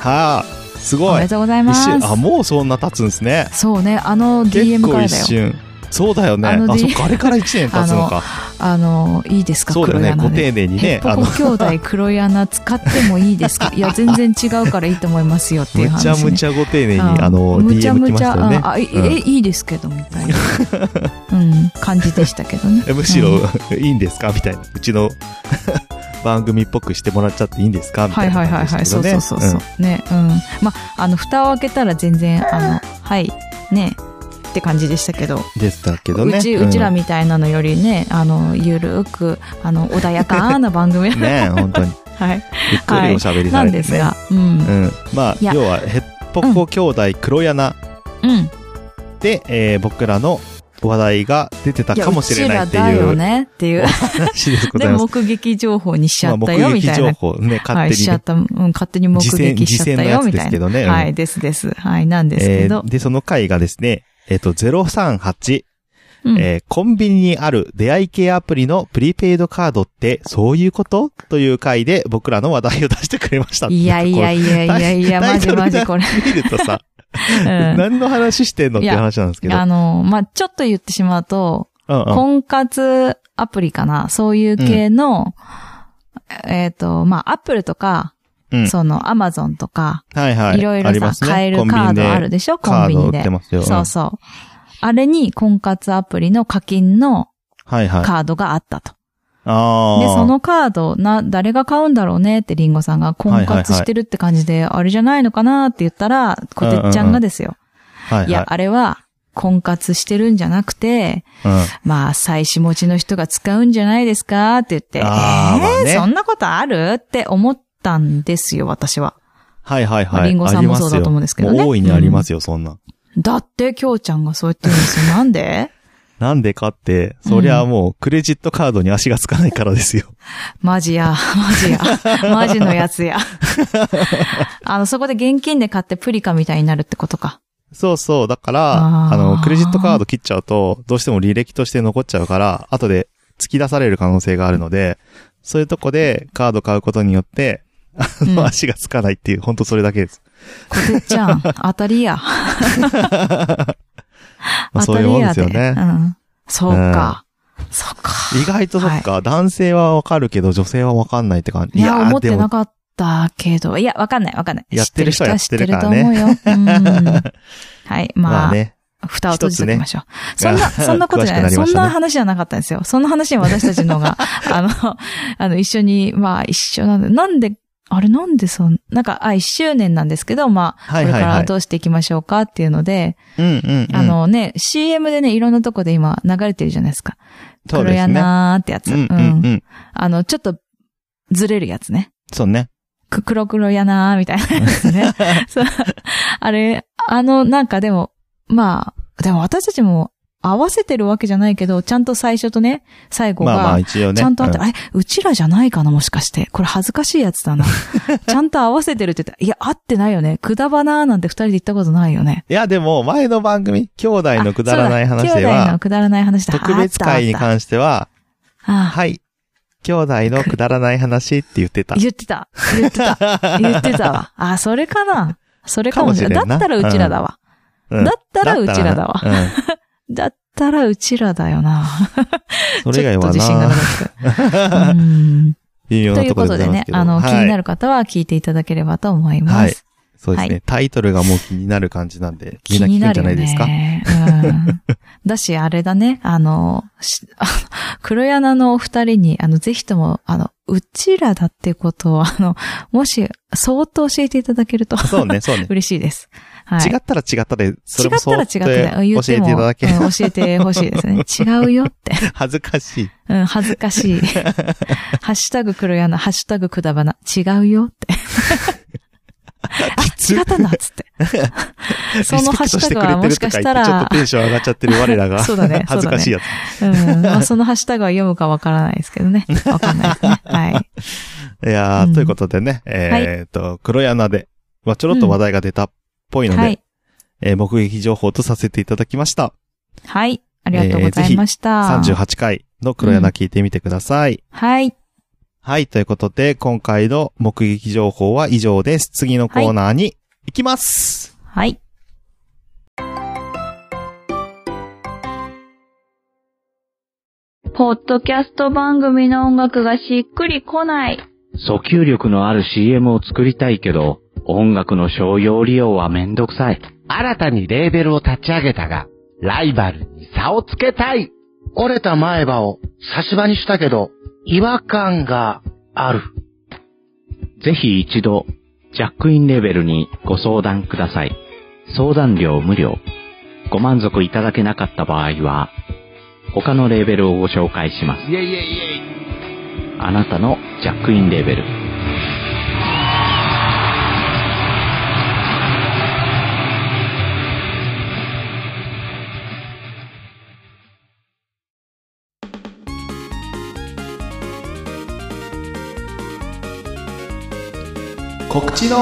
A: はあ、す
B: お
A: ご
B: め
A: い
B: で。とうございま
A: 一
B: す
A: 瞬、。あ、もうそんな経つんですね。
B: そうね、あの
A: 結
B: DM か
A: 構
B: ら
A: 一
B: だよ。
A: 瞬。そうだよね。
B: あ
A: あ
B: の
A: そ
B: DM
A: っか、あれから1年経つのか。
B: あの、いいですか、
A: そうだよね。
B: 黒柳
A: ご
B: で。
A: 丁寧に
B: ヘ
A: ね
B: ッ。ポ
A: あ
B: コ
A: の、
B: 兄弟黒柳使ってもいいです かいや全然違うからいいと思いますよっていう
A: むち
B: 話、ね、
A: ゃむちゃご丁寧に、
B: うん
A: あの、
B: むちゃ
A: DM
B: む
A: 来ま
B: ち
A: し
B: ゃ
A: たよね
B: うん。あい
A: うん
B: えいいですけどみ たいな、うん、感じでしたけどね
A: えむしろ
B: うん、
A: いいんですかみたいな。うちの 番組っぽくしてもらっちゃっていいんですかみた
B: はい
A: いな
B: はいは
A: 感
B: い
A: じ
B: は
A: で
B: い
A: した
B: そう
A: けどね。
B: そうそうそう、ねうんまあの蓋を開けたら全然あのはいねって感じでしたけど
A: うんでしたけどね。
B: うち
A: ん
B: うちらみたいなのよりねあのゆるーくあの穏やかな番 組
A: ねえ、本当に。
B: はい
A: ゆっくりおしゃべり
B: な
A: さ
B: ん
A: れ
B: で
A: て
B: す
A: ね。
B: が、うん
A: うん。まあ、
B: いや
A: 要は、ヘッポコ兄弟黒柳
B: うん
A: で、えー僕らの話題が出てた
B: いや
A: かもしれないって
B: うちらだ
A: い
B: よ
A: う
B: ねっていう
A: 話でござい
B: で
A: ます。
B: 目撃情報にしちゃっ
A: ま
B: た
A: あ
B: よ
A: 目
B: み
A: 撃
B: たい
A: 情
B: な。
A: 報ね、
B: は
A: 勝
B: い、
A: 手
B: し
A: に
B: ちゃ
A: ね
B: っ。た、うん、勝手に目
A: 実践、
B: 撃しちゃ
A: 実践
B: った
A: のや
B: よ、
A: つ
B: み
A: で
B: た
A: す
B: い
A: け
B: な。
A: どね。うん
B: はい、ですです。はい、なんですけど
A: えー。で、その回がですね、えっ、と、038、
B: うん
A: えーコンビニにある出会い系アプリのプリペイドカードってそういうことという回で僕らの話題を出してくれました。
B: いやいや
A: い
B: いやいやい や、
A: タ
B: マ
A: イ
B: ジ
A: トル
B: マジこれ。
A: 見るとさ、
B: うん
A: 何の話してんのって話なんですけど。
B: あの、まあ、ちょっと言ってしまうと、
A: うんうん。
B: 婚活アプリかな、そういう系の、えっと、まあ、アップルとか、
A: うん
B: その、アマゾンとか、
A: はいはい。
B: いろい
A: あ
B: ろ
A: りま
B: さ、
A: すね
B: 買えるカードあるでしょ、コ
A: コ
B: ン
A: ンビ
B: ビ
A: ニ
B: ニ
A: でカード売っ
B: で
A: て。ますよ。
B: そうそう。あれに婚活アプリの課金の
A: うん。はいはい。
B: カードがあったと。
A: ああ。
B: で、そ、のカード、な、誰が買うんだろうねってリンゴさんが婚活してるって感じで、あれじゃないのかなって言ったら、こてっちゃんがですよ。
A: はいはい。
B: いや、あれは、婚活してるんじゃなくて、
A: うん。
B: まあ、妻子持ちの人が使うんじゃないですかって言って、え
A: あーまあ
B: ー
A: ね
B: そんなことあるって思ったんですよ、私は。
A: はいはい
B: まあ
A: はい。
B: リンゴさんもそうだと思うんですけど
A: あり
B: ね
A: ますよもう大いにありますよ、そんな。
B: だって、きょうちゃんがそう言ってるんです よ。なんで
A: なんでかって、そりゃもうクレジットカードに足がつかないからですよ。
B: マジや、マジや、 マジのやつや。あの、そこで現金で買ってプリカみたいになるってことか。
A: そうそう。だから、
B: あ
A: あ
B: ー
A: の、クレジットカード切っちゃうと、どうしても履歴として残っちゃうから、後で突き出される可能性があるので、そういうとこでカード買うことによって、あの、
B: うん
A: 足がつかないっていう、ほんとそれだけ です。
B: こてっちゃん、当たりや。
A: まあ、
B: 当
A: そう
B: た
A: いう
B: り
A: もんで
B: や
A: すよね
B: う。ん。そうか。そうか。
A: 意外とそっか、男性はわかるけど、女性はわかんないって感じ。
B: いや、
A: ー
B: 思って
A: でも
B: なかったけど。いや、わかんない、わかんない。
A: やってる人はやってるから
B: 知
A: ね
B: ってる人は知ってると思うよ。うん。は い、
A: ま
B: ま
A: あ
B: あ、
A: ね。
B: 蓋を閉じておきましょう。
A: 一つ
B: そん
A: ね
B: な、そんなことじゃ
A: 詳
B: ない。
A: しくなりま
B: そ
A: し
B: ん
A: たね
B: な話じゃなかったんですよ。そんな話は私たち のが、あの、あの、一緒に、まあ、一緒なんで、なんで、あれなんでそん、なんか、あ、一周年なんですけど、まあ、
A: は
B: こ
A: いは
B: れか
A: いは
B: ら
A: い。
B: どうしていきましょうかっていうので、
A: うんうん、うん。
B: あ、のね、CM でね、いろんなとこで今流れてるじゃないですか。
A: そう
B: 黒
A: です
B: や
A: ね。
B: なーってやつ。
A: うんうんうん。
B: あの、ちょっと、ずれるやつね。
A: そうね。
B: く黒黒やなーみたいなやつ ね。そうあれ、あの、なんかでも、まあ、でも私たちも合わせてるわけじゃないけど、ちゃんと最初とね、最後
A: まあまあ
B: が、
A: 一応ね。
B: ちゃんとあって、
A: う
B: あれ、うちらじゃないかな、もしかして。これ恥ずかしいやつ だな。ちゃんと合わせてるって言ったら、いや、合ってないよね。くだばなーなんて二人で言ったことないよね。
A: いやでも前の番組、兄弟のくだらない話
B: あそう
A: で
B: だ兄弟の
A: は、
B: くだらない話だ。
A: 特別会に
B: あっ
A: 関しては、
B: たあったあ
A: はい。兄弟のくだらない話って言ってた。
B: 言ってた。言ってた。言ってたわ。あ、それかな。それかもしれない。
A: かもしれん
B: だ
A: な
B: ったらうちらだわ。
A: うん
B: だったらうちらだわ。
A: うん
B: だったらうちらだよな。
A: それ以外は
B: ちょっと自信がな
A: な、
B: かっ た。うん
A: 微妙
B: と
A: な
B: いう
A: とこ
B: こ
A: ろでござ
B: とで
A: います
B: ね、
A: けど。
B: あの、気
A: はい
B: になる方は聞いていただければと思いま
A: はい
B: す。
A: そうです
B: は
A: ね。タイトルがもう気になる感じなんで、みん
B: 気
A: な
B: に
A: 聞く
B: なん
A: じ
B: る
A: ゃ
B: よ
A: ないですか。
B: ね。うんだし、あれだね、あの、し あ黒柳のお二人に、あの、ぜひとも、あの、うちらだってことを、あの、もし、そーっと教えていただけると
A: そうね、そうね。
B: 嬉しいです。はい。
A: 違ったら違ったで、そ
B: 違
A: れも
B: っ
A: そう
B: たら違ったで、うん言
A: 教
B: っ
A: えて
B: て
A: い
B: も、
A: ただける
B: うん教えてほしいですね。違うよって。
A: 恥ずかしい。
B: うん、恥ず かしい。ハッシュタグ黒柳、ハッシュタグくだばな、違うよって。
A: つ
B: あ、違ったんだ、つって。そのハッシュタグはも
A: リ
B: し
A: スペクトくれてると
B: かしてた
A: か言ってちょっと
B: ら、
A: テンション上がっちゃってる我らが。
B: そうだね
A: 恥ずかしいやつ。
B: うん、まあ、そのハッシュタグは読むかわからないですけどね。わかんないですね。はい。
A: いやー、
B: うん
A: ということでね、えーっと、黒柳で、まあ、ちょろっと話題が出たっぽいので、
B: はい。
A: えー目撃情報とさせていただきました。
B: はい。ありがとうございました。
A: 38回の黒柳聞いてみてください。
B: はい。
A: はい、ということで、今回の目撃情報は以上です。次のコーナーに行きます、
B: はい。
D: ポッドキャスト番組の音楽がしっくりこない。
E: 訴求力のある CM を作りたいけど、音楽の商用利用はめんどくさい。
F: 新たにレーベルを立ち上げたが、ライバルに差をつけたい折れた前歯を差し歯にしたけど、違和感がある。
E: ぜひ一度、ジャックインレベルにご相談ください。相談料無料。ご満足いただけなかった場合は、他のレーベルをご紹介します。
F: イェイイェイイェイ
E: あなたのジャックインレベル。
A: 告知の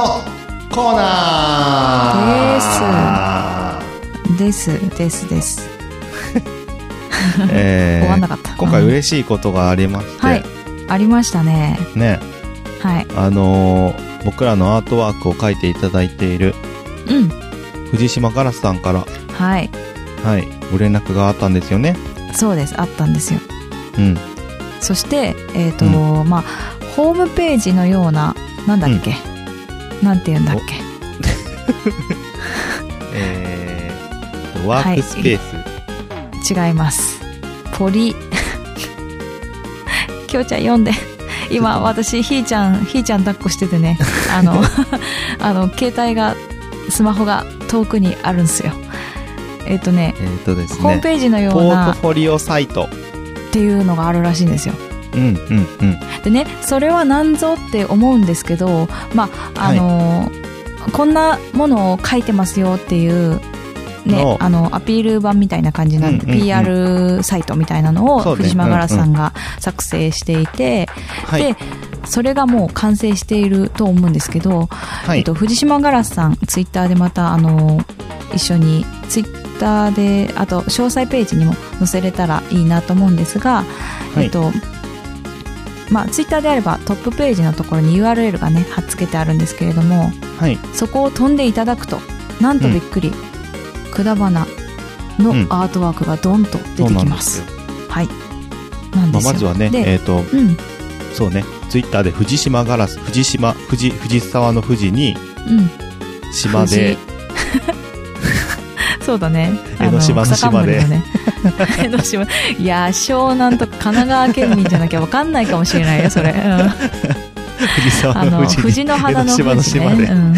A: コーナー
B: です、です、です。
A: です。え
B: 終わんな
A: ー、
B: かった。
A: 今回
B: うん
A: 嬉しいことがありまして、
B: はい。ありましたね。
A: ね、
B: はい。
A: あのー僕らのアートワークを書いていただいている
B: うん。
A: 藤島ガラスさんから、
B: はい。
A: はい、ご連絡があったんですよね。
B: そうです。あったんですよ。
A: うん。
B: そして、えっ、と、まあ、ホームページのような、なんだっけ、なんて言うんだっけ
A: えー、ワークスペース。
B: 違います。ポリ、 きょうちゃん読んで。今、私、ひーちゃん、ひーちゃん抱っこしててね、あ の、あの、携帯が、スマホが遠くにあるんですよ。えっ、とね、
A: えっ、とです
B: ホーム
A: ね、
B: ページのよ
A: ポ
B: う
A: ー
B: な
A: トフォリオサイト。
B: っていうのがあるらしいんですよ。
A: うん、うん、うん。
B: でね、それは何ぞって思うんですけど、まあ、あのこんなものを書いてますよっていう、ね
A: の、
B: あの、アピール版みたいな感じなんで、
A: うんうんうん
B: PR サイトみたいなの
A: そう
B: を
A: ね
B: 藤島ガラスさんが作成していて、
A: はい。
B: で、それがもう完成していると思うんですけど、
A: は
B: えっ
A: い。
B: と、藤島ガラスさん、ツイッターでまた、あの一緒に、ツイッターで、あと、詳細ページにも載せれたらいいなと思うんですが、
A: はい
B: えっと、まあ、ツイッターであればトップページのところに URL がね、貼っ付けてあるんですけれども、
A: はい。
B: そこを飛んでいただくと、なんとびっくり、くだばなの
A: うん
B: アートワークがドンと出てきます。
A: そうなんですよ
B: はい。な
A: ま
B: んで
A: あ、
B: すよ。
A: まずはね、
B: で
A: えっ、と、
B: うん、
A: そうね、ツイッターで藤島ガラス、藤島、藤、藤沢の藤に、
B: うん。
A: 島 で、
B: そうだね。
A: 江ノ島
B: あ
A: の島で
B: 草冠のね 江ノ島。いやー、湘南とか神奈川県民じゃなきゃわかんないかもしれないよ、それ。うん、あ
A: 藤沢の
B: の、
A: 藤に、
B: 藤の
A: 江
B: 花の
A: ノ島の
B: 藤ね。
A: 島で
B: うん、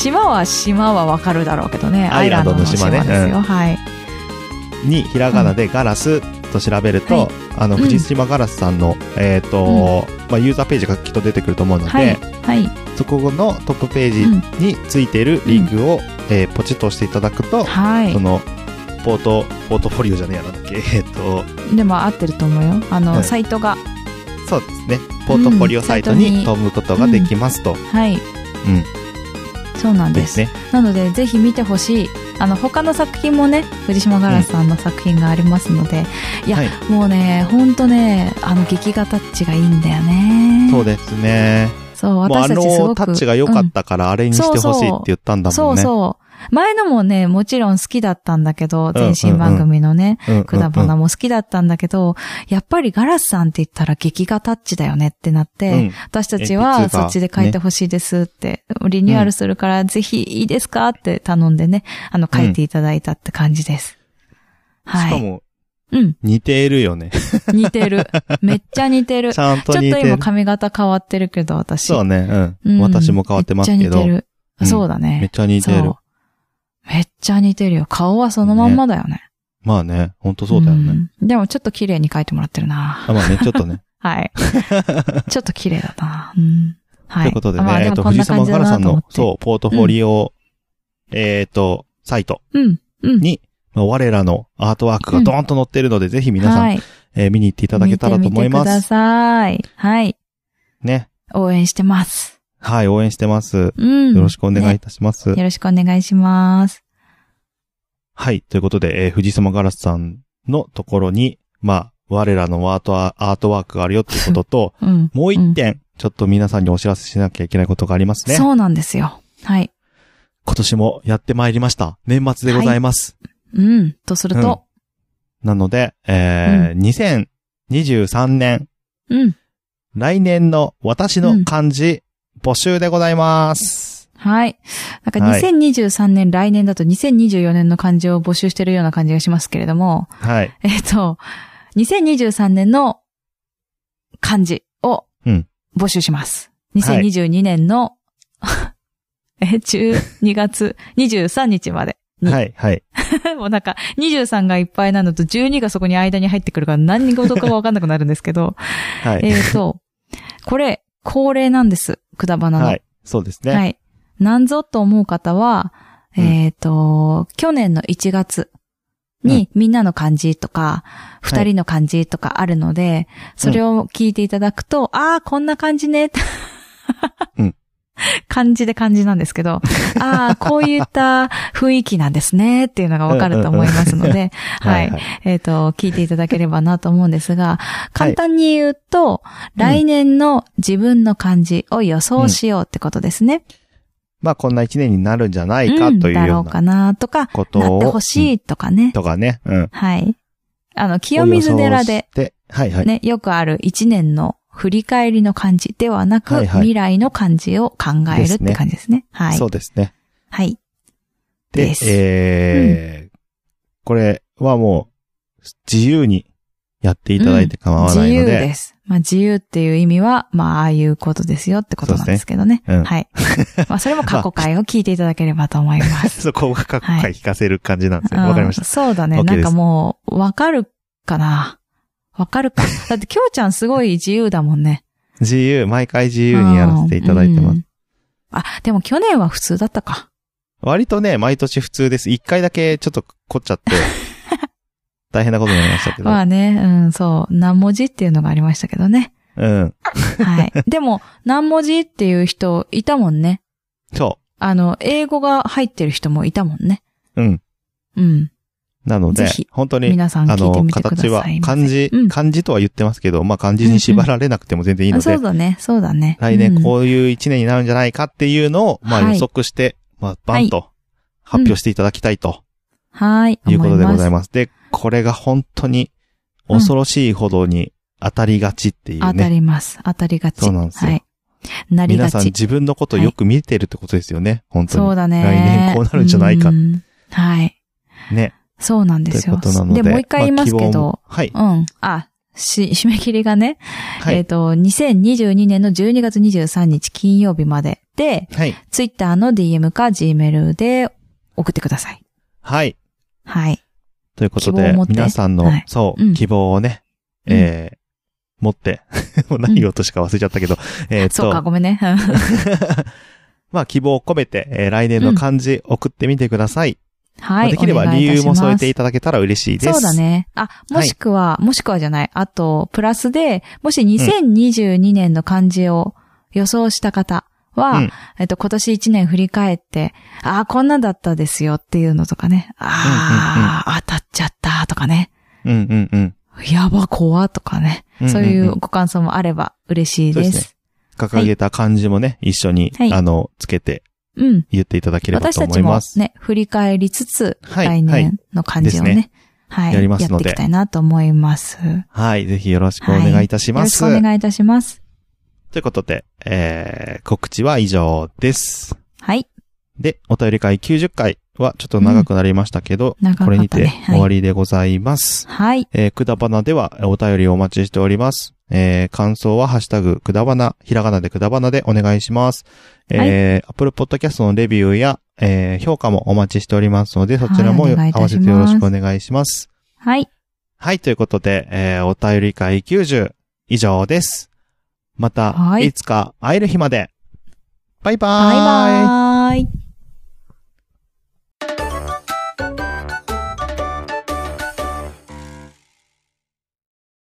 B: 島は島はわかるだろうけどね。
A: アイランドの島ね
B: アイランドのですよ。
A: うん
B: はい。
A: にひらがなでガラスと調べると、
B: はい
A: あの、
B: うん
A: 藤島ガラスさんの、えっ、と、まあ、ユーザーページがきっと出てくると思うので、
B: はい。はい。
A: そこのトップページについているリンクを、えーポチッと押していただくと、
B: は
A: その、ポート、ポートフォリオじゃねえやなんだっけ、 えっ、と、
B: い。でも合ってると思うよ。あの、
A: うん
B: サイトが。
A: そうですね、ポートフォリオサイト
B: うんサ
A: に
B: イト
A: 飛ぶことができますと。
B: はい。
A: うん。
B: そうなんで。
A: ですすね。
B: なのでぜひ見てほしいあの他の作品もね藤島ガラスさんの作品がありますので、いや、
A: はい
B: もうねほんとねあの劇画タッチがいいんだよね
A: そうですね。
B: そう
A: もうあ
B: 私たちすご
A: の
B: く
A: タッチが良かったからあれにしてほしいって言ったん
B: うん
A: だ
B: そ
A: もん
B: う
A: ね。
B: そう前のもねもちろん好きだったんだけど
A: うん
B: 前身番組のね、
A: うんうんうん
B: くだばなも好きだったんだけど、やっぱりガラスさんって言ったら劇画タッチだよねってなって、
A: うん
B: 私たち
A: え
B: は
A: 実
B: そ
A: は
B: っちで書いてほしいですって、リニューアルするからぜひいいですかって頼んでね、あの書いていただいたって感じです。は
A: しか
B: い。
A: も、
B: うん。
A: 似ているよね。
B: 似てる。めっちゃ似て る。
A: ち
B: ちょ
A: ゃんと
B: っと
A: 似てる
B: 今。髪型変わってるけど、私。
A: そうね、う
B: うん
A: ん。私も変わってますけ
B: めっ
A: ど
B: ちゃ。似て
A: うん
B: る。そうだ
A: めっ
B: ね。
A: ちゃ似て
B: そ
A: る
B: う。。めっちゃ似てるよ。顔はそのまんまだよね。
A: まあね、ほんとそうだよね。
B: うんでもちょっと綺麗に描いてもらってるな。
A: あまあね、ちょっと ね。
B: はい。ちょっと綺麗だな。うん。はい。
A: ということで
B: まあ
A: ね、えっ
B: も
A: と、
B: こん
A: 藤
B: な感
A: 沢
B: じ
A: から
B: だな
A: さん
B: と思
A: の、
B: って
A: そう、ポートフォリオ、えっと、サイト
B: うん。うん。
A: に、まあ我らのアートワークがドーンと載っているので、ぜひ皆さ
B: は
A: ん、
B: い、
A: えー見に行っていただけたらと思い
B: 見てみてく
A: ま
B: だ
A: す。
B: さい。はい。
A: ね。
B: 応援してます。
A: はい、応援してます。
B: うん。
A: よろしくお願いい
B: ね
A: たします。
B: よろしくお願いします。、
A: はい。ということで、えー藤島ガラスさんのところに、まあ、我らのワートアアートワークがあるよっていうことと
B: うん。
A: もう
B: う
A: 一
B: ん
A: 点、ちょっと皆さんにお知らせしなきゃいけないことがありますね。
B: そうなんですよ。はい。
A: 今年もやってまいりました。年末でございます。
B: うん。とすると、
A: なので、えー2023年、
B: うん。
A: 来年の私の漢字、募集でございます。
B: はい。なんか
A: はい
B: 2023年、来年だと2024年の漢字を募集してるような感じがしますけれども、
A: はい。
B: えっと、2023年の漢字を
A: うん
B: 募集します。
A: はい
B: 2022年の、 え、12月23日まで。 に
A: はい、はい。
B: もうなんか、23がいっぱいなのと12がそこに間に入ってくるから何事かわかんなくなるんですけど、
A: はい。
B: えっと、これ、恒例なんです。くだばなの。
A: はい。そうですね。
B: はい。なんぞと思う方は、
A: うん
B: えっ、と、去年の1月にみんなの漢字とか、
A: い
B: 二、人の漢字とかあるので、それを聞いていただくと、ああ、こんな感じね。
A: うん
B: 漢字で漢字なんです けど、ああ、こういった雰囲気なんですね、っていうのがわかると思いますので、 は
A: はい
B: い
A: はい。
B: えっ、と、聞いていただければなと思うんですが、簡単に言うと、
A: い
B: 来年の自分の漢字を予想しようってことですね。
A: まあ、こんな一年になるんじゃないか
B: うん
A: という
B: だろ
A: よう
B: うか
A: な
B: なとか、
A: ことを。
B: なってほ
A: うん
B: しいとかね。
A: とかね。うん。
B: はい。あの、清水寺で、
A: お予想して。はいはい。
B: ね、よくある一年の振り返りの漢字ではなく、
A: はいはい
B: 未来の漢字を考えるって感じですね。はい
A: そ。うですね。
B: はい。
A: で、
B: です
A: えーこれはもう、自由にやっていただいて構わな
B: 自
A: いの
B: 由
A: で、
B: です。まあ、自由っていう意味は、まあ、ああいうことですよってことなんですけどね。
A: そうです
B: はい。まあ、それも過去回を聞いていただければと思います。
A: そこがかっこ
B: はい
A: 聞かせる感じなんですね。わ、かりまし
B: うん
A: た。
B: そうだね。
A: OK
B: な
A: です
B: んかもう、わかるかな。わか るか。だって、きょうちゃんすごい自由だもんね。
A: 自由、毎回自由にやらせていただいてます。
B: うんあ、でも去年は普通だったか。
A: 割とね、毎年普通です。一回だけちょっと凝っちゃ って、大変なことになりましたけど。
B: まあね、うん、そう、何文字っていうのがありましたけどね。
A: うん。
B: はい。でも、何文字っていう人いたもんね。
A: そ
B: あの、英語が入ってる人もいたもんね。
A: う。うん。
B: うん。
A: なので
B: ぜひ、
A: 本当に、
B: 皆さん
A: あ
B: 聞いて
A: の、
B: みてくださ
A: 形
B: い。
A: は、漢字
B: うん、
A: 漢字とは言ってますけど、まあ漢字に縛られなくても全然いいの
B: あ
A: で
B: そう、だね、そうだね。
A: 来年
B: うん
A: こういう一年になるんじゃないかっていうのを、ま
B: は
A: あ
B: い
A: 予測して、まあバンと発表していただきたいと
B: はい。
A: いうことでござい
B: ま
A: ます。で、これが本当に恐ろしいほどに当たりがちってい
B: す。
A: う
B: 当た
A: ね。
B: ります。当たりがち。
A: そうなんですよ
B: はい。なり
A: 皆
B: が
A: さん
B: ち。
A: 自分のことをよく見てるってことですよね。本当に。
B: そうだね。
A: 来年こうなるんじゃないか
B: うんはい。
A: ね。
B: そうなんで
A: という
B: すよ。
A: ことなので。
B: もう一回言います
A: あ
B: け
A: 希望
B: ど
A: も、はい。
B: うん。あ、し、 締め切りがね、
A: は
B: えっ、
A: い。
B: と、2022年の12月23日金曜日までで、
A: はい。
B: Twitter の DM か Gmail で送ってください。
A: はい。
B: はい。
A: ということ
B: 希望を
A: で
B: 持っ、て
A: 皆さんの
B: はい、
A: そうう、
B: ん
A: 希望をね、えー、持って、 もう何言おうとしか忘れちゃった けど、えーっ
B: そうか、
A: と、
B: ごめんね。
A: まあ、希望を込めて、えー来年の漢字送ってみてください。
B: はい。
A: できれば理由も添えてい
B: た
A: ただけたら嬉しいです。
B: そうだ。ね。あ、もしくは、もしくはじゃない。あと、プラスで、もし2022年の漢字を予想した方は、
A: うん
B: えっと、今年1年振り返って、ああ、こんなだったですよっていうのとかね。ああ、当たっちゃったとかね。
A: うんうんうん
B: やば、怖とかね。
A: うんうんうん
B: そういうご感想もあれば嬉しいで
A: そう
B: す。
A: です掲げた漢字もね、一緒に、
B: はい
A: あの、つけて
B: うん。
A: 言っていただければ
B: 私
A: と
B: た
A: 思
B: ち
A: い
B: も
A: ます。
B: ね、振り返りつつ、
A: はい
B: 来年の漢字を
A: はいで
B: ね
A: す、
B: はい、
A: やりますので
B: やっていきたいなと思います。よ
A: はい。ぜひよろしくお願いいたし
B: ろ
A: ま
B: し
A: す。
B: くお願いいたします。
A: ということで、えー、告知は以上です。
B: はい。
A: で、お便り会90回はちょっと長くなりましたけど、
B: うん長か
A: こ
B: った
A: れにて
B: ねはい
A: 終わりでございます。
B: はい。
A: えー、くだばなではお便りをお待ちしております。えー、感想はハッシュタグ、くだばな、ひらがなでくだばなでお願いします。えー、Apple Podcast のレビューや、えー、評価もお待ちしておりますので、そちらも
B: はい
A: よ
B: お願いいた
A: 合
B: し
A: わせ
B: ます
A: てよろしくお願いします。
B: はい。
A: はい、ということで、えー、お便り会90以上です。また、
B: はい
A: い、つか会える日まで。バイバ
B: バ
A: ー
B: イバーイ。